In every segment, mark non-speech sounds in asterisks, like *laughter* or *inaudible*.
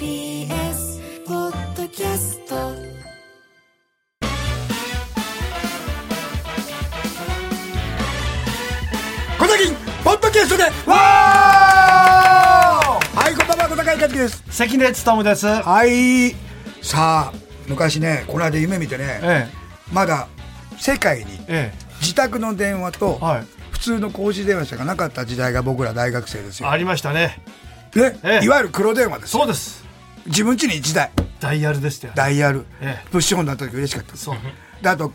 TBS ポッドキャスト小崎ポッドキャストでわーはいこんばんは小坂井和樹です関根勤です。はいさあ昔ねこの間夢見てね、えまだ世界にえ、え自宅の電話とえ、はい。普通の公衆電話しかなかった時代が僕ら大学生ですよありましたね。ね、ええいわゆる黒電話ですそうです。自分家に1台ダイヤルでしたよ。ダイヤル、ええプッシュオンだった時嬉しかったですそう。であと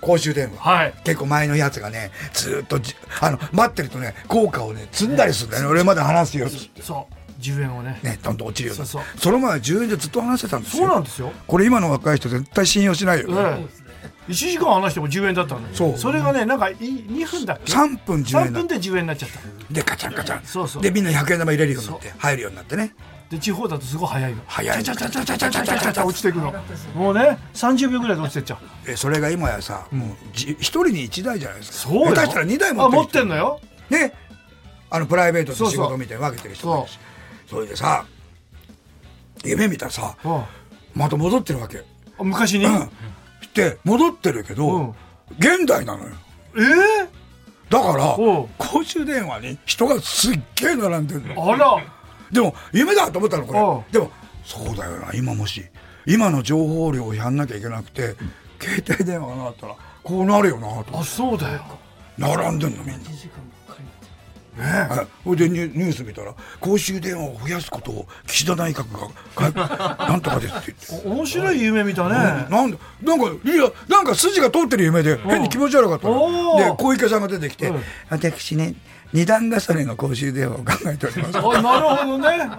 公衆電話、はい。結構前のやつがねずーっとじあの待ってるとね効果をね積んだりするんだよね、俺まだ話すよそう。10円をね。ね、どんどん落ちるようになそうそうその前は10円でずっと話してたんですよそうなんですよ。これ今の若い人絶対信用しないよええね、 1時間話しても10円だったのに。そうそれがね、なんかい2分だっけ3分10 3円だ分で10円になっちゃった。でカチャンカチャンそうそうでみんな100円玉入れるようになって入るようになってねで、地方だとすごい早いの。早いちゃちゃちゃちゃちゃちゃちゃちゃちゃ落ちていくの。もうね、30秒ぐらいで落ちてっちゃう。えそれが今やさもうじ一人に1台じゃないですかそうよ。下手したら2台持あってる持ってんのよ。ねあのプライベートそとう仕そう事みたいに分けてる人もいるしそれでさ夢見たらさうんあまた戻ってるわけ昔に。うえんで戻ってるけど、うん現代なのよえだからおう公衆電話に人がすっげえ並んでるのあら。でも夢だと思ったのこおれでもそうだよな今もし今の情報量をやんなきゃいけなくて携帯電話がなかったらこうなるよなとあ、そうだよ。並んでんのみんな。ねはいほいでニュニュース見たら公衆電話を増やすことを岸田内閣が *laughs* かなんとかですって言って。え面白い夢見たね。なんでなんかいやなんか筋が通ってる夢で変に気持ち悪かったのおーで小池さんが出てきてうん「私ね二段重ねの公衆電話を考えております」あなるほどね。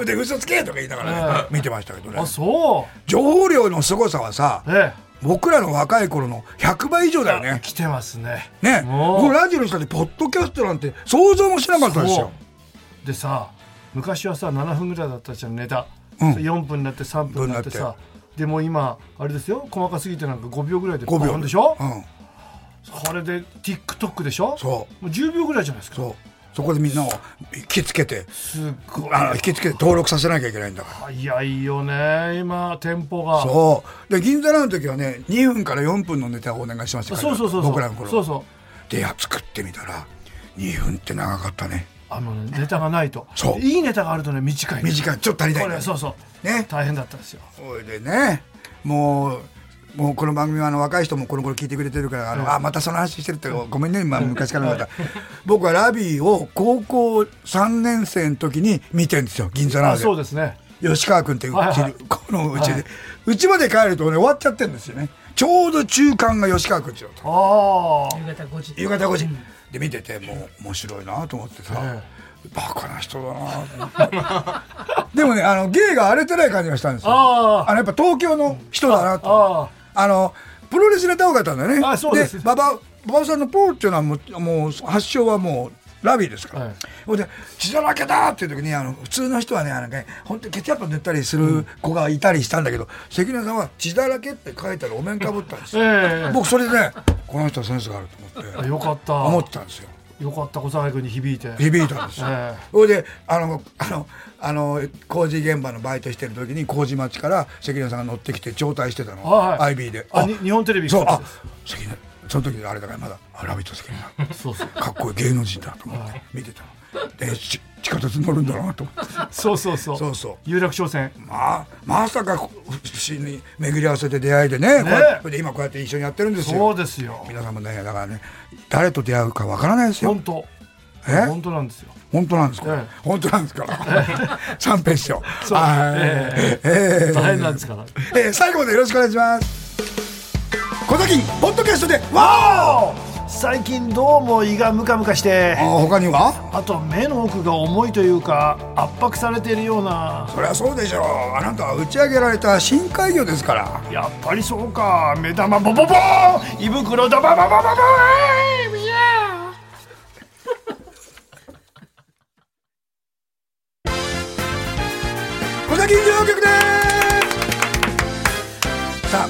うんで嘘つけとか言いながらね見てましたけどねあそ情報量の凄さはさう。え僕らの若い頃の100倍以上だよえ、ね来てますね。ねもう僕ラジオの人でポッドキャストなんて想像もしなかったですよそうでさ昔はさ7分ぐらいだったじゃんネタ、うん4分になって3分になって分になさでもう今あれですよ細かすぎてなんか5秒ぐらいで5バ秒ーンでしょ、うんこれで TikTok でしょそうもう10秒ぐらいじゃないですかそうそこでみんなを引きつけてすっごいあの引きつけて登録させなきゃいけないんだから早いよね今店舗がそうで銀座ラの時はね2分から4分のネタをお願いしましたからそうそうそうそう僕らの頃そうそうでや作ってみたら2分って長かったねあのねネタがないとそういいネタがあるとね短い短いちょっと足りないこれそうそう、ね大変だったんですよそれでねもうもうこの番組はあの若い人もこの頃聞いてくれてるからあの、あまたその話してるってごめんね、まあ、昔からま *laughs* た僕はラビーを高校3年生の時に見てるんですよ銀座なあのでそうですね吉川君ってうちに、はいはいこのうちで、うちまで帰るとね終わっちゃってるんですよねちょうど中間が吉川君ちだったああ夕方5時で見ててもう面白いなと思ってさ、えバカな人だなと思ってでもねあの芸が荒れてない感じがしたんですよあーのやっぱ東京の人だなとあああのプロレスネタ多かったんだよねあそうです馬場馬場さんのポーっていうのはもうもう発祥はもうラビーですから、はいほいで「血だらけだ!」っていう時にあの普通の人はねあのね本当にケチャップ塗ったりする子がいたりしたんだけど、関根さんは「血だらけ」って書いたらお面かぶったんですよ、ええ僕それでねこの人はセンスがあると思っあてよかった思ってたんですよよかった小坂井君に響いて響いたんですよええそれであのあのあの工事現場のバイトしてる時に麹町から関根さんが乗ってきて招待してたの、はいはい IB であに日本テレビそうからあです関根その時あれだからまだ「あラビット!」関根さそうそうんかっこいい芸能人だと思って見てたのでち地下鉄乗るんだなと思ってそうそうそうそうそう有楽町線まあまさかこ不思議に巡り合わせて出会いでねこうやってで今こうやって一緒にやってるんですよそうですよ皆さんもねだからね誰と出会うかわからないですよ本当え本当なんですよ本当なんですえかえ本当なんですか三ページをはいえ大変なんですからええー最後までよろしくお願いします小崎ポッドキャストでわー最近どうも胃がムカムカしてあー他にはあと目の奥が重いというか圧迫されているようなそりゃそうでしょうあなたは打ち上げられた深海魚ですからやっぱりそうか目玉ボボボーン胃袋ダババババババーン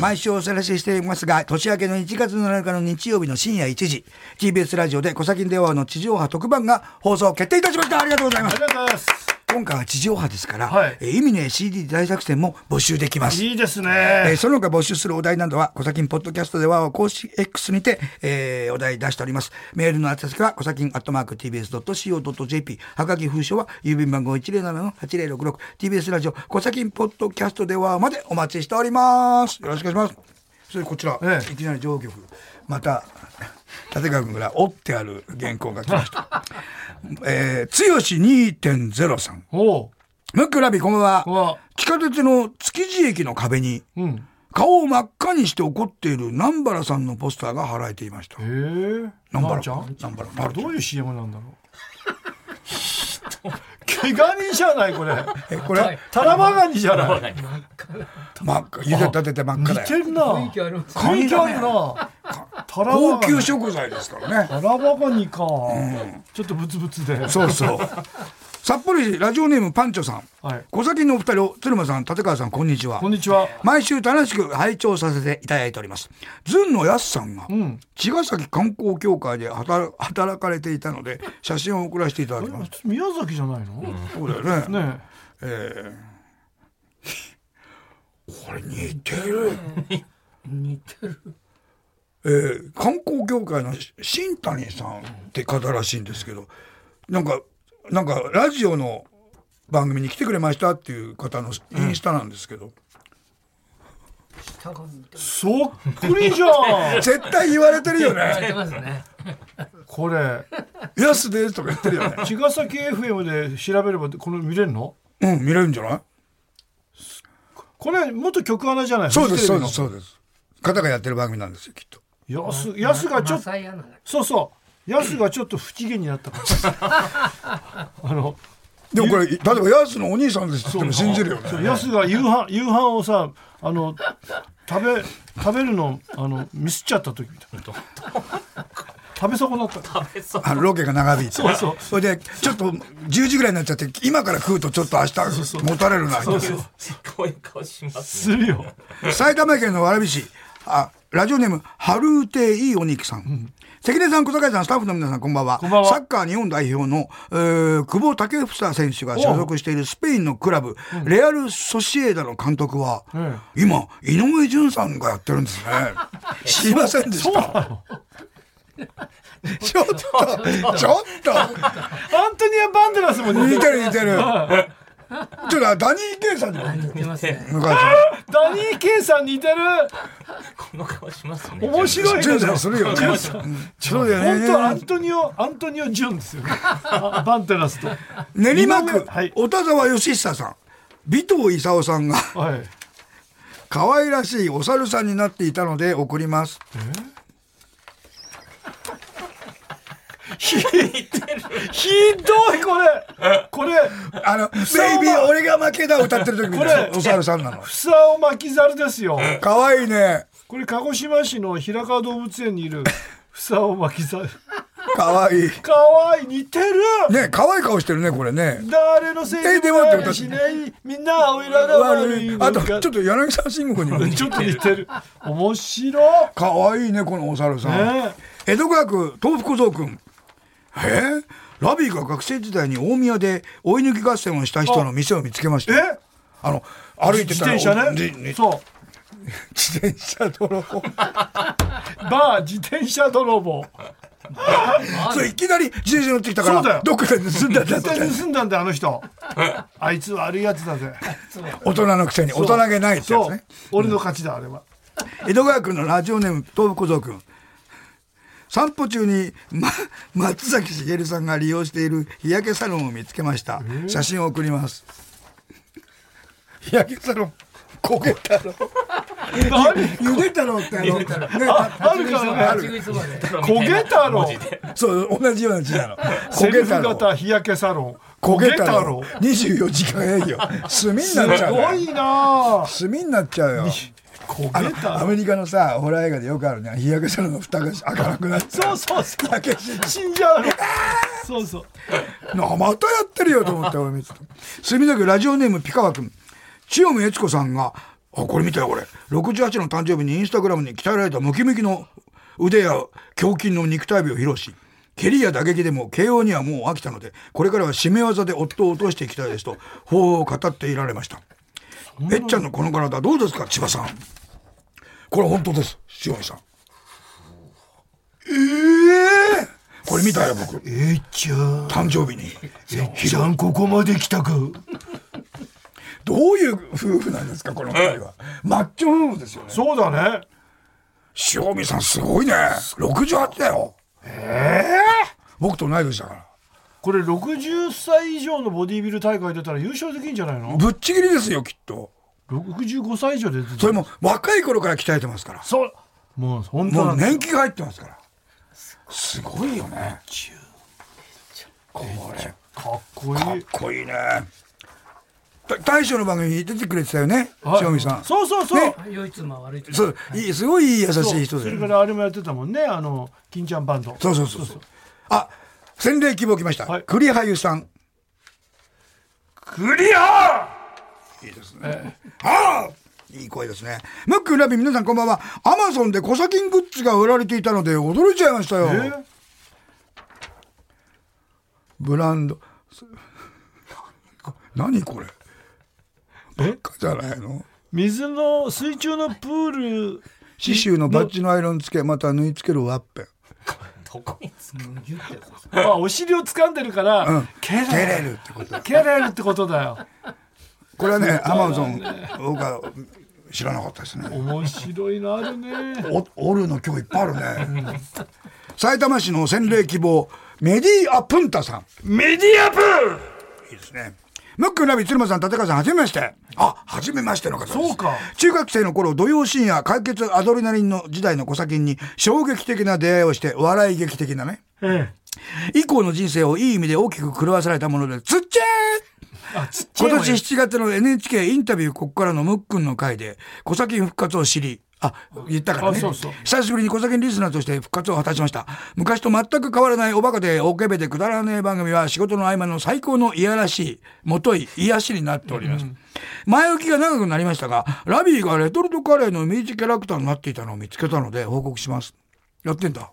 毎週お知らせしていますが、年明けの1月7日の日曜日の深夜1時、TBS ラジオで小崎電話の地上波特番が放送決定いたしました。ありがとうございまあすり。がとうございます今回は地上波ですから、はいえー意味ねえ CD 大作戦も募集できます。いいですえーねその他募集するお題などは、コサキンポッドキャストでは、公式 X にて、えーお題出しております。メールの宛先は、コサキンアットマーク TBS.CO.JP。はがき封書は、郵便番号107-8066。TBS ラジオ、コサキンポッドキャストでは、までお待ちしております。よろしくお願いします。それでこちら、ええいきなり上局。また、立川君から折ってある原稿が来ま *laughs* した。えー、つよし2.0さん。おうムックラビ、こんばんこんばんはは。地下鉄の築地駅の壁に、うん顔を真っ赤にして怒っている南原さんのポスターが貼られていましたへえ。ー、南な原んちゃん南原。どういう CM なんだろう毛ガニじゃないこれえ、これ、タラバガニじゃない真っ赤、ゆで立てて真っ赤似だてよ。るな雰囲気あるなタラバガ高ニ級食材ですからね。タラバガニか、ちょっとブツブツでそうそう。札幌市ラジオネームパンチョさん。はい小崎のお二人を、鶴間さん、立川さん、こんにちはこ。んにちは毎週楽しく拝聴させていただいております。ずんのやすさんが、ん茅ヶ崎観光協会で働働かれていたので、写真を送らせていただきます。宮崎じゃないの、そうだよね。ねえーこれ似てる似てる、えー観光業界のし新谷さんって方らしいんですけどなんかなんかラジオの番組に来てくれましたっていう方のインスタなんですけど、えそっくりじゃん絶対言われてるよね *laughs* てますね。これ「ヤスです」とか言ってるよね茅ヶ崎 FM で調べればこの見れるのうん見れるんじゃないこれ元局アナじゃないそうですそうですうそうです方がやってる番組なんですよきっとやすやすがちょっとマサイアナだそうそうやすがちょっと不機嫌になった *laughs* からあのでもこれ例えばヤスのお兄さんですって言っても信じるよねそうやすが夕飯夕飯をさあの食べ食べるのあのミスっちゃった時みたいな食べ損なったあのロケが長引いてそうそうそれでちょっと10時ぐらいになっちゃって今から食うとちょっと明日もたれるなそうそうこういう顔します。するよ埼玉県の蕨市あラジオネームハルーテイいいお肉さん、関根さん小坂井さんスタッフの皆さんこんばんはこんばんはサッカー日本代表の、えー久保建英選手が所属しているスペインのクラブ、レアル・ソシエダの監督は、ん今井上順さんがやってるん *laughs* ですね知りませんでした *laughs* ちょっとちょっとアントニア・バンデラスも似似てるてる似てる。 *laughs* ちょっとダニー・ケイさんにも似て似てますね。る昔。ダニー・ケイさん似てるこの顔しますね。面白いジュねンさんするよね。そうだ本当アよンね。トニオアントニオ・ジュンですよねあバンテラスとは練馬区はい、小田沢義久さん、尾藤勲さんが *laughs* い可愛らしいお猿さんになっていたので送ります。ひひどいこれこれあ *laughs* の、ベイビー俺が負けだ歌ってる時みたいこなれお猿さんなの。房を巻き猿ですよ可愛いね。これ鹿児島市の平川動物園にいる房を巻き猿可愛い。かわいい似てるね、可愛い顔してるね、これね。誰のせいえででもも待ってないしないみんなおいらが悪いのかあと、ちょっと柳沢慎吾にも似てる。 *laughs* ちょっと似てる面白い可愛いね、このお猿さん。ね江戸川区東福小僧君へえラビーが学生時代に大宮で追い抜き合戦をした人の店を見つけましえたあの歩いて自たら転車じじねそう自転車泥棒バー自転車泥棒それいきなり自転車乗ってきたかそうだらよどっかで盗んだんだっ絶対て盗んだんだよあの人あいつ悪いやつだぜ大人のくせに大人げないってやそつうね俺の勝ちだあれは江戸川区のラジオネーム東福小僧君散歩中に、ま、松崎しげるさんが利用している日焼けサロンを見つけました写真を送ります日焼けサロン焦げたろ何ゆで太郎ってあの、ね、あるからねある立ち食いそばで。焦げ太郎そう、同じような字なの。セ焦ルげフ太郎。型日焼けサロン焦焦げげ太太郎郎。二十四時間営業。炭になっちすゃうごのよ。いなあ炭になっちゃうよ。あ焦げ太の、ア郎メリカのさ、ホラー映画でよくあるね、日焼けサロンの蓋が開かなくなっちゃそうう。そうそう焼け死ん死んじゃうのそうそうなまたやってるよと思って俺見てた。すみだけラジオネームピカワ君。千代目悦子さんがあこれ見たよこれ68の誕生日にインスタグラムに鍛えられたムキムキの腕や胸筋の肉体美を披露し蹴りや打撃でも慶応にはもう飽きたのでこれからは締め技で夫を落としていきたいですと抱負を語っていられましたえっちゃんのこの体どうですか千葉さんこれ本当です塩見さんええこれ見たよ僕えいちゃん誕生日にえっちゃんここまで来たかどういう夫婦なんですかこの2人はマッチョ夫婦ですよねそうだね塩見さんすごいね68だよええ僕と同い年だからこれ60歳以上のボディビル大会出たら優勝できんじゃないのぶっちぎりですよきっと65歳以上で出てたそれも若い頃から鍛えてますからそうもう本当もなうんだ年季が入ってますからすごいよねこれかかっこいっいこいいねた大将の番組に出てくれてたよねはい塩見さんそうそうそう、ね良い妻悪い妻そういいすごい優しい人そでれからあれもやってたもんねあの金ちゃんバンドそうそうそうそうあ洗礼希望来ました、はい栗羽優さんクリアいいですね。はあいい声ですね。ムックラビ皆さんこんばんは。アマゾンでコサキングッズが売られていたので驚いちゃいましたよ。えーブランド。何これえかじゃないの水の水中のプール刺繍のバッジのアイロン付け、また縫い付けるワッペン。どこにつくあお尻を掴んでるから、うん蹴れる蹴れるってこと。蹴れるってことだよこれはね、アマゾン、僕は知らなかったですね。面白いのあるねおおるの今日いっぱいあるね。埼玉市の洗礼希望、メディアプンタさん。メディアプールいいですね。ムックナビ鶴間さん、立川さん、はじめまして。あ、はじめましての方です。そうか中学生の頃、土曜深夜、解決アドレナリンの時代の小先に衝撃的な出会いをして、笑い劇的なね。え以降の人生をいい意味で大きく狂わされたもので、つっちゃーえあちっちゃ今い年7月の NHK インタビューここからのムックンの回で、小先復活を知り、あ、言ったからね。あそうそう久しぶりに小崎リスナーとして復活を果たしました。昔と全く変わらないおバカで大けべでくだらねえ番組は仕事の合間の最高のいやらしい、もとい癒しになっております。前置きが長くなりましたが、ラビーがレトルトカレーのイメージキャラクターになっていたのを見つけたので報告します。やってんだ。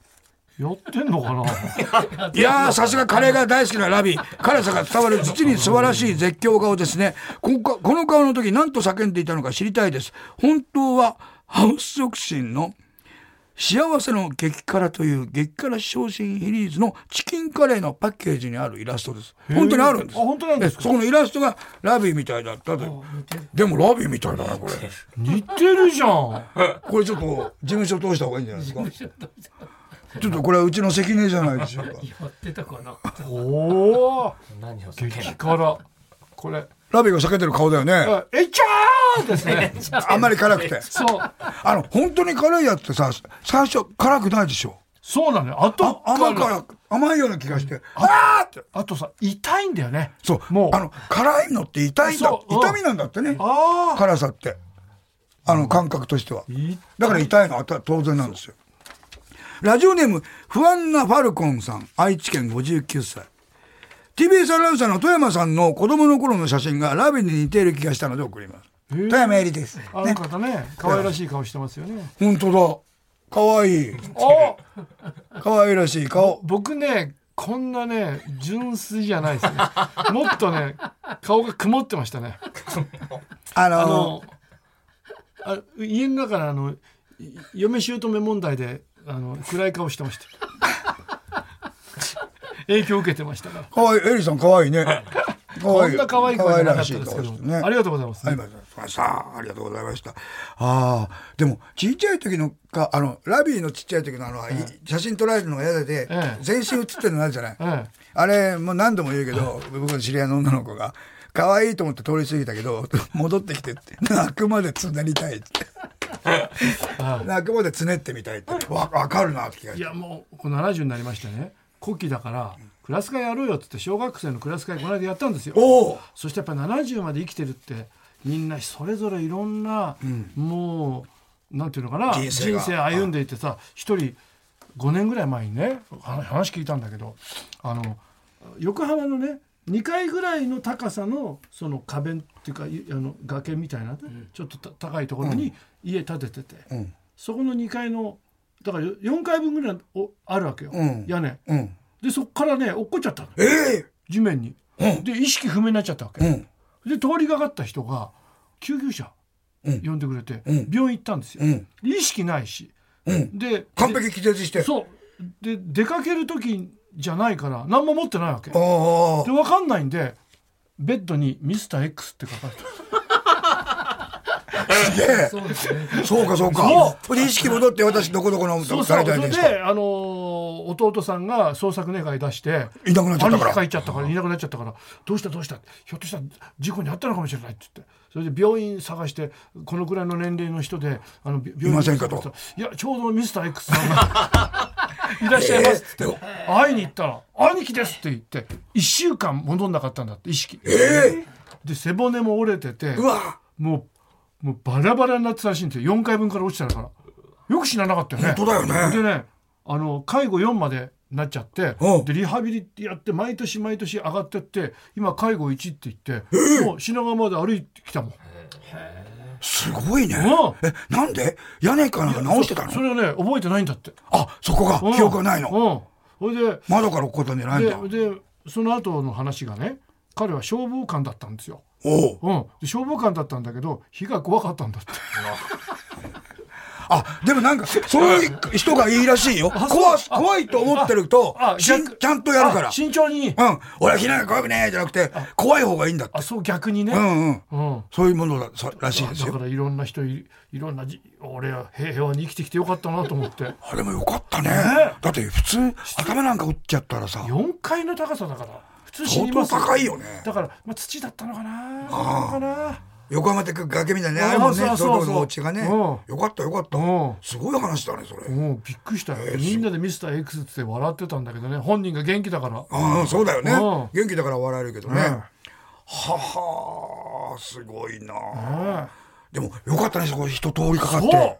やってんのかないやー、さすがカレーが大好きなラビー。辛さが伝わる実に素晴らしい絶叫顔ですね。このかこの顔の時何と叫んでいたのか知りたいです。本当はハウス促進の幸せの激辛という激辛昇進シリーズのチキンカレーのパッケージにあるイラストです。本当にあるんです。あ本当なんですかえそこのイラストがラビーみたいだったと。でもラビーみたいだな、これ。似てるじゃんこれちょっと事務所通した方がいいんじゃない *laughs* ですか。ちょっとこれはうちの関根じゃないでしょうか。やってたかなおお何を叫んだ激辛これラビーが叫んでる顔だよね。あえいちゃーですね *laughs* あんまり辛くて。そうあの、本当に辛いやつってさ、最初辛くないでしょ。そうなのよああと甘いから、甘いような気がして、あーって。あとさ痛いんだよねそう、ももうう、あの、辛いのって痛いんだそ。ううん痛みなんだってね。あ辛さって。あの、感覚としては。いだから痛いのはた当然なんですよ。ラジオネーム、不安なファルコンさん、愛知県59歳。TBS アナウンサーの富山さんの子供の頃の写真がラビに似ている気がしたので送ります。へー富山えりです。あのね。方ね可愛らしい顔してますよね本当だ。可愛いい。あ可愛らしい顔。僕ねこんなね純粋じゃないですね *laughs* もっとね顔が曇ってましたねあのあのあ家の中であのい嫁姑問題であの暗い顔してました *laughs* 影響受けてましたからかわいい、エリさん *laughs* 可愛いね。可こ愛んな可愛い子じゃ可なか愛らっしたいです顔けしどてね。ありがとうございます、ありがとうございました。さあ、ありがとうございました。ああ、でも、ちっちゃい時のか、あの、ラビーのちっちゃい時のあの、い写真撮られるのが嫌でええ、全身写ってるのあるじゃない。ええあれ、もう何度も言うけど、 *laughs* 僕の知り合いの女の子が、可愛いと思って通り過ぎたけど、 *laughs* 戻ってきてって、泣くまでつねりたいって。泣くまでつねってみたいって。わ、わかるなって気がしいてやもうこの70になりましてね古希だからクラス会やろうよっつって小学生のクラス会この間やったんですよおおそしてやっぱり70まで生きてるってみんなそれぞれいろんな、もうなんていうのかな人生が歩んでいてさ一人5年ぐらい前にね話話聞いたんだけどあの横浜のね2階ぐらいの高さのその壁っていうかいあの崖みたいな、ちょっとた高いところに家建ててて、うんそこの2階のだから4階分ぐらいおあるわけよ、うん屋根うんでそこからね落っこっちゃったのええ地面に、で意識不明になっちゃったわけ、うんで通りがかった人が救急車う呼んんでくれて、うん病院行ったんですよ、うん意識ないし、うんで完璧気絶してでそうで出かける時じゃないから何も持ってないわけでああ分かんないんでベッドに「ミスター X」って書かれてすげえそうですね。そうかそうかそそれで意識戻って私どこどこのそうされそうそたれいですで、あのー弟さんが捜索願い出していなくなっちゃったから兄貴帰っちゃったからいなくなっちゃったからどうしたどうしたひょっとしたら事故に遭ったのかもしれないって言ってそれで病院探してこのくらいの年齢の人であのび病院いませんかといやちょうどミスター X さんが *laughs* いらっしゃいますって、会いに行ったら「兄貴です」って言って1週間戻んなかったんだって意識、で背骨も折れててうわもうもうバラバラになってたらしいんですよ4回分から落ちたからよく死ななかったよね本当だよねでねあの介護4までなっちゃってうんでリハビリってやって毎年毎年上がってって今介護1って言って、もう品川まで歩いてきたもんすごいねうんえなんで屋根から直してたのそれをね覚えてないんだってあそこが記憶がないのうんうんそれで窓から落っこったんじゃないんだででその後の話がね彼は消防官だったんですよ、おううん、で消防官だったんだけど火が怖かったんだってあでもなんかそういう人がいいらしいよ怖す怖いと思ってるとあしん逆ちゃんとやるからあ慎重にうん俺は避難が怖くねえじゃなくて怖い方がいいんだってあそう逆にね、うんうんうん、そういうものださらしいですだよからいろんな人いいろんなじ俺は平和に生きてきてよかったなと思ってあれもよかったねねだって普通頭なんか打っちゃったらさ4階の高さだから普通死相にま当す高いよねだから、まあ、土だったのかなかな横浜って崖みたいなねあれもんねそうそうそうどこのお家がねうよかったよかったうんすごい話だねそれもうびっくりしたよ、みんなでミスター X って笑ってたんだけどね本人が元気だからああそうだよねうん元気だから笑えるけどねうんははすごいなでもよかったねそこ一通りかかっそうて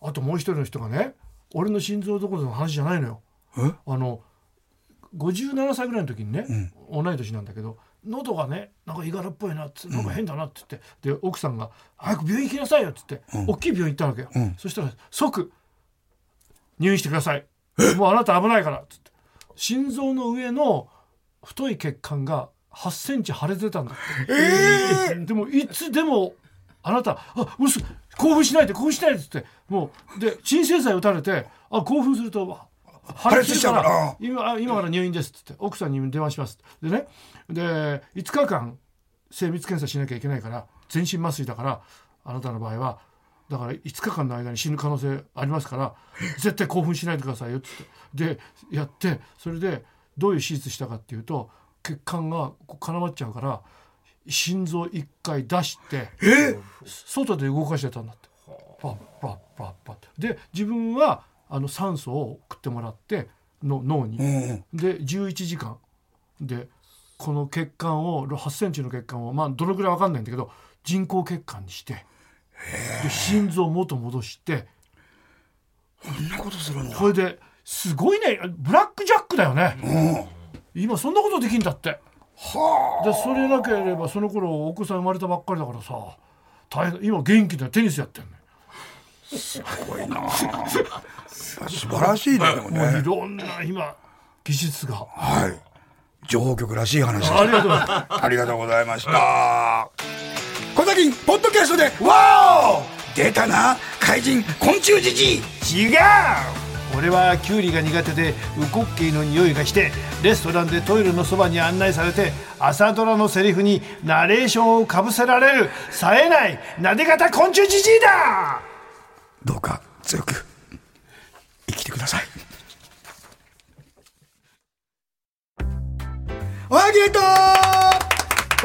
あともう一人の人がね俺の心臓どころの話じゃないのよえあの57歳ぐらいの時にね、同い年なんだけど喉がねなんかいがらっぽいなってなんか変だなって言って、で奥さんが「早く病院行きなさいよ」って言って、大きい病院行ったわけよ、そしたら即「入院してくださいもうあなた危ないから」っつって心臓の上の太い血管が8センチ腫れてたんだって、でもいつでもあなた「あうそ興奮しないで興奮しないで」っつってもうで鎮静剤打たれてあ興奮すると破破裂しちゃうから今あ今から入院ですっつって奥さんに電話しますでねで5日間精密検査しなきゃいけないから全身麻酔だからあなたの場合はだから5日間の間に死ぬ可能性ありますから絶対興奮しないでくださいよっつってでやってそれでどういう手術したかっていうと血管がこう絡まっちゃうから心臓1回出して外で動かしてたんだって。パッパッパッパッで自分はあの酸素を送ってもらっての脳に。うんうんで11時間でこの血管を8センチの血管をまあどのぐらいわかんないんだけど人工血管にしてで心臓を元戻してこんなことするんだこれですごいねブラックジャックだよね今そんなことできんだってでそれなければその頃お子さん生まれたばっかりだからさ大変今元気でテニスやってんのよすごいな素晴らしいねでももういねろんな今技術がはい情報局らしい話でしたありがとうございますありがとうございました。小崎ポッドキャストで、わお出たな怪人昆虫じじい違う俺はキュウリが苦手でウコッケイの匂いがしてレストランでトイレのそばに案内されて朝ドラのセリフにナレーションをかぶせられる冴えないなで方昆虫じじいだどうか強く生きてください。おはぎれと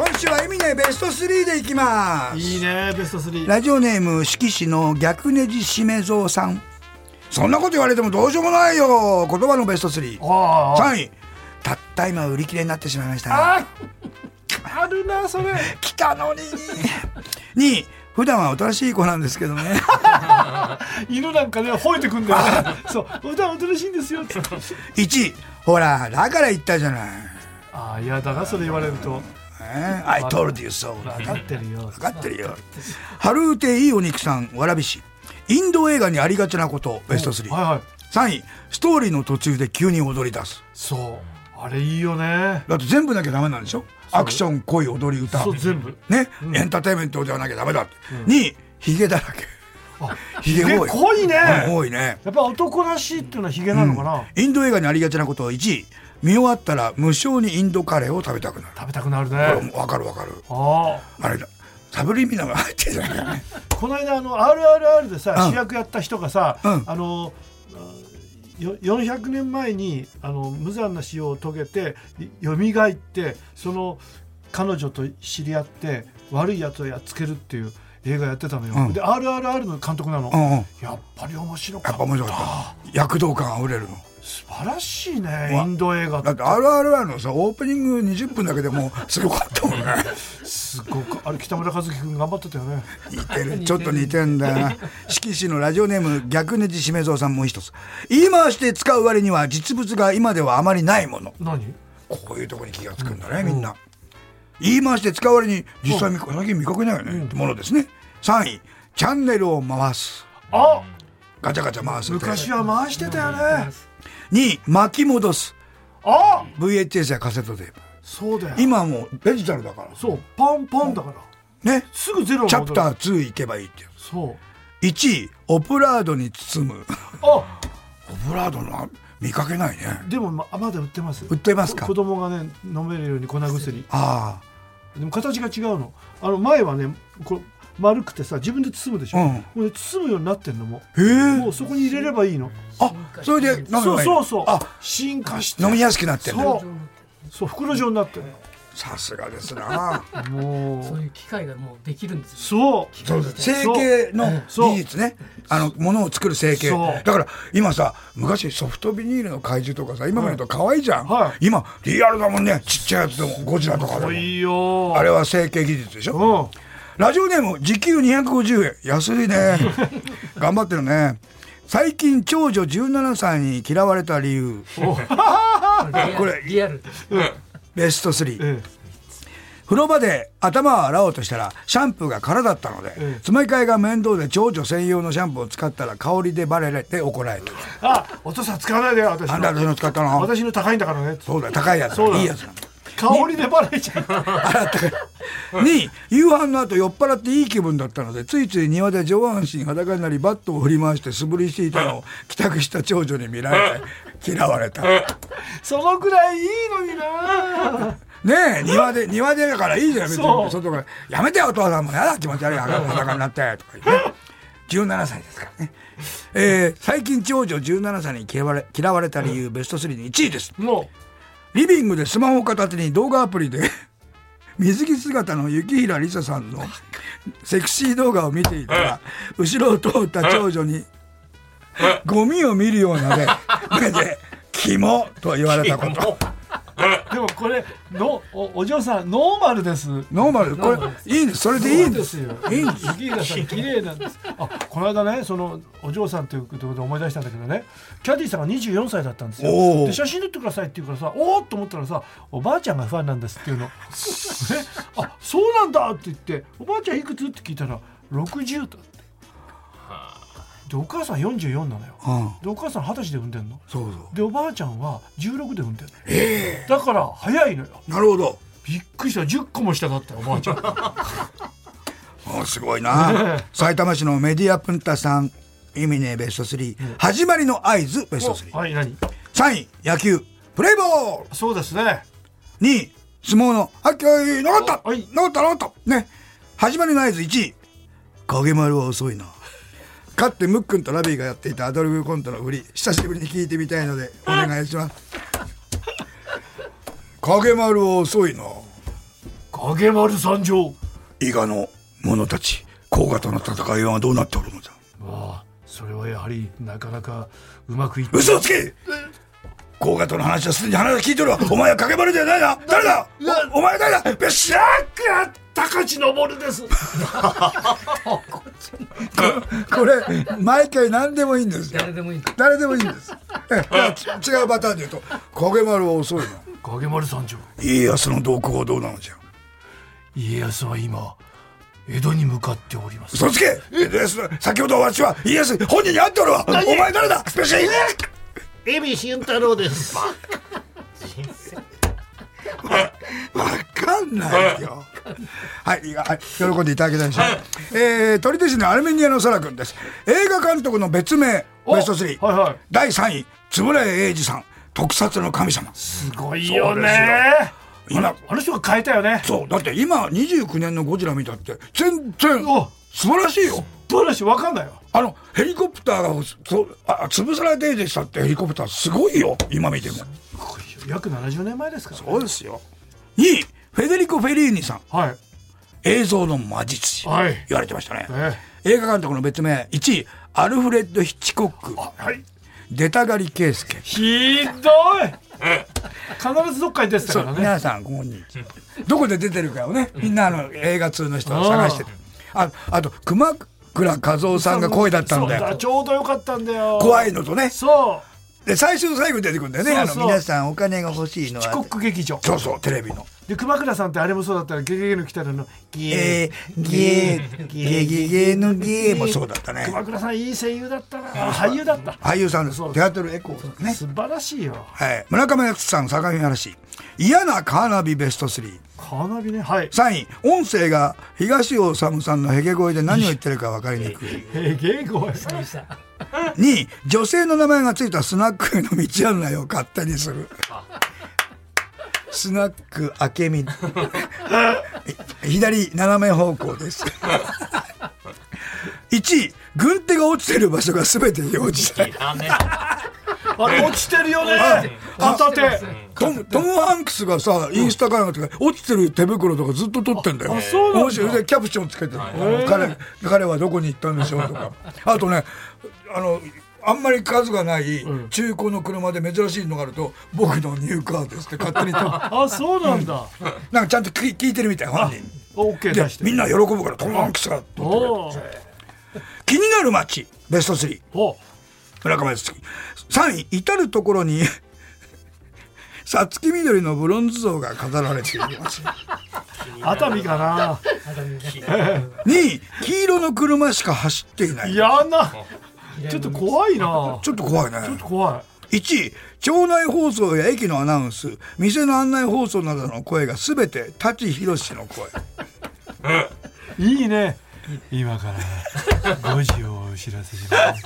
今週は意味ねベスト3でいきます。いいねベスト3ラジオネーム色紙の逆ネジしめぞうさん。そんなこと言われてもどうしようもないよ言葉のベスト3。ああ3位たった今売り切れになってしまいましたああるなそれ来たのに2位普段はおとなしい子なんですけどね *laughs* 犬なんかね吠えてくんだよ *laughs* ねそう歌おとなしいんですよって1位ほらだから言ったじゃない *laughs* ああ嫌だなそれ言われるとね I told you so 分かってるよ分かってるよハルーテいいお肉さんわらびしインド映画にありがちなことベスト3、はいはい3位ストーリーの途中で急に踊り出すそうあれいいよねだって全部なきゃダメなんでしょアクション恋踊り歌そう全部ね、エンターテインメントではなきゃダメだって、2位ヒゲだらけヒゲえ多い濃いねうん多いねやっぱ男らしいっていうのはヒゲなのかな、インド映画にありがちなことを1位見終わったら無性にインドカレーを食べたくなる食べたくなるねこれもわかるわかるああれだサブリミナル入ってるじゃないかねあこの間あの RRR でさ、うん主役やった人がさ、うんあのよ400年前にあの無残な死を遂げてよみがえってその彼女と知り合って悪いやつをやっつけるっていう映画やってたのよ、うんで RRR の監督なの、うんうんやっぱり面白かやっっぱた面白かった躍動感あふれるの素晴らしいねうわインド映画っだってて RRR のさオープニング20分だけでもうすごかったも *laughs* んねすごくあれ北村和樹君頑張ってたよね似てるちょっと似てんだよな色紙のラジオネーム逆ネジしめぞうさんもう一つ言い回して使う割には実物が今ではあまりないもの何こういうとこに気がつくんだね、みんな。言い回して使う割に実際見か最近見かけないよね、ってものですね。3位、チャンネルを回す。あガチャガチャ回すって。昔は回してたよね2位、巻き戻す。あ VHS やカセットテープ。そうだよ今はもうデジタルだから。そうパンパンだからね。すぐゼロに戻るチャプター2行けばいいっていう。そう1位、オブラードに包む。あオブラードな、見かけないね。でもまあまだ売ってます売ってますか子供がね飲めるように粉薬あでも形が違うのあの前はねこう丸くてさ自分で包むでしょ、うんもうね包むようになってんのもあ。へもえう。そこに入れればいいのあ、それで飲めばいいそうそうそうあ、進化して飲みやすくなってる。そうそう袋状になってるさすがですな。もそうういう機械がもうできるんですよ。そうそうです整形のそう技術ねあのものを作る整形そうだから今さ昔ソフトビニールの怪獣とかさ今見ると可愛いじゃん、はい今リアルだもんねちっちゃいやつでもゴジラとかでもいいよあれは整形技術でしょうんラジオネーム時給250円安い *laughs* ね頑張ってるね最近長女17歳に嫌われた理由 *laughs* ここれれリアル。ベスト3、え風呂場で頭を洗おうとしたらシャンプーが空だったので、詰め替えが面倒で長女専用のシャンプーを使ったら香りでバレて怒られたあお父さん使わないでよ私なんで私のの使ったの私の高いんだからねそうだよ高いやつそうだいいやつなんだ香りでバレちゃう2夕飯の後酔っ払っていい気分だったのでついつい庭で上半身裸になりバットを振り回して素振りしていたのを帰宅した長女に見られて嫌われたねそのくらいいいのになえ庭で庭でだからいいじゃん別そにう外から「やめてよお父さんもやだ気持ち *laughs* 悪い裸になって」とか言ってね17歳ですからね、えー最近長女17歳に嫌われ嫌われた理由ベスト3に1位です *laughs* もリビングでスマホ片手に動画アプリで *laughs* 水着姿の雪平梨沙さん *laughs* のセクシー動画を見ていたら後ろを通った長女 *laughs* にゴミを見るようなね *laughs* 目で「キモ」と言われたことうでもこれのおお嬢さんノーマルですノーマルこれいいんですそれでいいんですよいいんです杉浦さん綺麗なんですあこの間ねそのお嬢さんということで思い出したんだけどねキャディさんが24歳だったんですおよーで写真撮ってくださいって言うからさおおっと思ったらさおばあちゃんがファンなんです *laughs* っていうのねあそうなんだって言っておばあちゃんいくつって聞いたら60だってでお母さん44なのようんでお母さん二十歳で産んでんのそうそでおばあちゃんは16で産んでんの、だから早いのようなるほどびっくりした10個も下だったよおばあちゃん *laughs* おすごいな埼玉市のメディアプンタさん意味ねベスト3、始まりの合図ベスト3はい何3位野球プレイボールそうですね2位、相撲の、あっきょい、残ったはい残った残ったね。始まりの合図1位。影丸は遅いな。かってムックンとラビーがやっていたアドリブコントの振り、久しぶりに聞いてみたいので、お願いします。 *laughs* 影丸は遅いな。影丸参上伊賀の者たち、甲賀との戦いはどうなっておるのじゃ。ああそれはやはりなかなかうまくいって嘘をつけ甲賀との話はすでに話を聞いておるわ。お前は影丸じゃないな。誰だおお前は誰だべしゃく高知登 *laughs* るですこれ、毎回何でもいいんですよ。誰でもいいんだ。誰でもいいんです。えだからち違うパターンで言うと、影丸は遅いな。影丸さんじゃん家康の動向はどうなのじゃ家康は今江戸に向かっております嘘つけ家康先ほどわしは家康本人に会っておるわお前誰だスペシャル恵比俊太郎ですわかんないよ。はい、はい、喜んでいただけたでしょうか。えー、鳥弟子のアルメニアの空くんです。映画監督の別名、おベスト3。はいはい第3位、円谷英二さん、特撮の神様。すごいよね今、あの人が変えたよねそう、だって今29年のゴジラ見たって、全然お、素晴らしいよ。どうだしわかんないよあの、ヘリコプターが、そうあ潰されて英二さんってヘリコプターすごいよ、今見ても。約70年前ですからそうですよ。2位、フェデリコ・フェリーニさん、はい映像の魔術師。はい言われてましたね。え映画監督の別名1位アルフレッド・ヒッチコックはい出たがり圭介ひどい必ずどっかに出てたからね皆さんここにどこで出てるかをねみんなあの映画通の人を探してるああと熊倉和夫さんが声だったんだそうよちょうどよかったんだよ怖いいのとねそで最初の最後に出てくるんだよねそうあそうの皆さんお金が欲しいのうは四国劇場そうそうテレビので熊倉さんってあれもそうだったらゲゲゲの来たらのギーえー、ゲーゲゲゲのゲーもそうだったね熊倉さんいい声優だったな俳優だった俳優さんですそうテアトルエコーね素晴らしいよはい村上敦さん相模原市嫌なカーナビベスト3カーナビねはい3位音声が東尾治さんのへげ声で何を言ってるか分かりにくいえゲーゴでした2位女性の名前がついたスナックへの道案内を勝手にするスナックあけみ *laughs* 左斜め方向です1位軍手が落ちてる場所が全て幼児だいらねあれ落ちてるよね片手トムトム・ハンクスがさインスタかなんかとか落ちてる手袋とかずっと撮ってんだよあそうなんだ面白いでキャプションつけてる彼彼はどこに行ったんでしょうと *laughs* かあとねあのあんまり数がない中古の車で珍しいのがあると「僕のニューカーです」って勝手に *laughs* 言ってあそうなんだなんかちゃんと聞い聞いてるみたい本人オッケーで出してみんな喜ぶからトム・ハンクスがおおー気になる街ベスト3お村上敦樹3位至る所に *laughs* さつきみどりのブロンズ像が飾られています熱海かな2位黄色の車しか走っていないやなちょっと怖いなちょっと怖いねちょっと怖い1位町内放送や駅のアナウンス店の案内放送などの声が全て舘ひろしの声いいね今から5時をお知らせします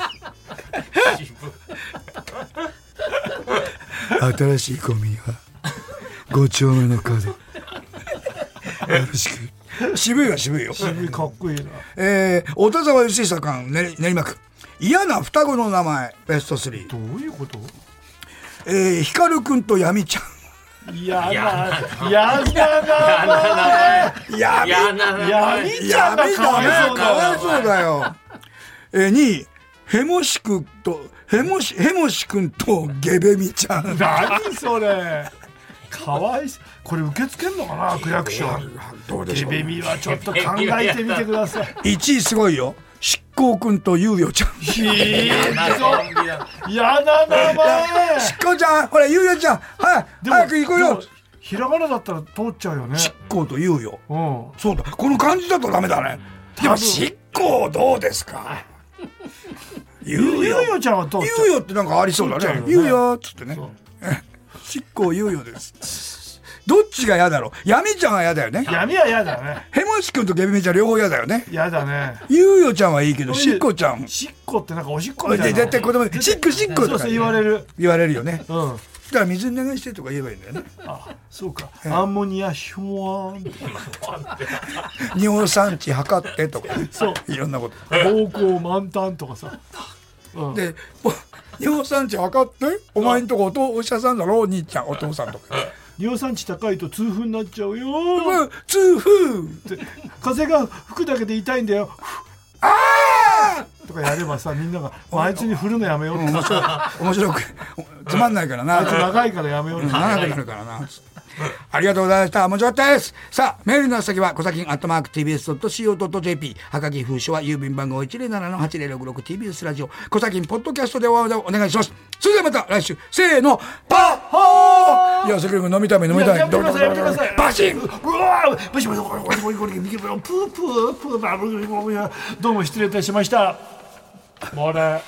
新しいコンビニは5丁目の角よろしく渋いは渋いよかっこいいなえー、小田沢義久館、ね、練馬区嫌な双子の名前ベスト3どういうことえー、光くんと闇ちゃやだやだなん闇やな名前やみちゃんが闇かわいそかうだわいそうだよ。えー、2位、ヘモシ君と、ヘモシ、ヘモシ君とゲベミちゃん。 *laughs* 何それかわいそうこれ受け付けんのかな区役所どうでゲしょう。ベミはちょっと考えてみてください1位すごいよ。執行君とゆうよちゃん。執ひーコンビだどやだ名前行ちゃん、ほら、ゆうよちゃん、はい、早く行こうでよも。ひらがなだったら通っちゃうよね執行とゆうよ。うんそうだ、この漢字だとダメだね。でも、執行どうですかゆうゆよう。よちゃんは通っちゃうゆうよってなんかありそうだ通っちゃうねよ。ねゆうよっつってね。執行猶予です。どっちが嫌だろう闇ちゃんは嫌だよね。闇は嫌だねヘモシ君とゲビメちゃん両方嫌だよね。嫌だねゆうよちゃんはいいけど、しっこちゃん。しっこってなんかおしっこみたいでな絶対子供に、しっこしっこそとうかそう言言わわれるれるよね。うんだから水流してとか言えばいいんだよね。 *laughs* あそうかアンモニアひもわん尿酸値測ってとか、そういろんなこと。膀胱満タンとかさで、ぼ尿酸値測ってお前んとこお父お医者さんだろお兄ちゃん、お父さんとか。尿酸値高いと痛風になっちゃうようん、痛風って風が吹くだけで痛いんだよあとかやればさみんなが「まああいつに振るのやめよう」って「ああ面白く、つまんないからな。いつ長いからやめよう」って長くなるからな。ありがとうございました。面白かったです。さあ、メールの宛先は、小崎アットマーク TBS.CO.JP。はがき封書は郵便番号 107-8066TBS ラジオ。小崎ポッドキャストでお会いをお願いします。それではまた来週、せーの、パッホーいや、関君飲みたい飲みたい。やめてくださいやめてくださいバシンうわーバシバシゴリゴリゴリゴリゴリプープープーバブブブブどうも失礼いたしましたもうね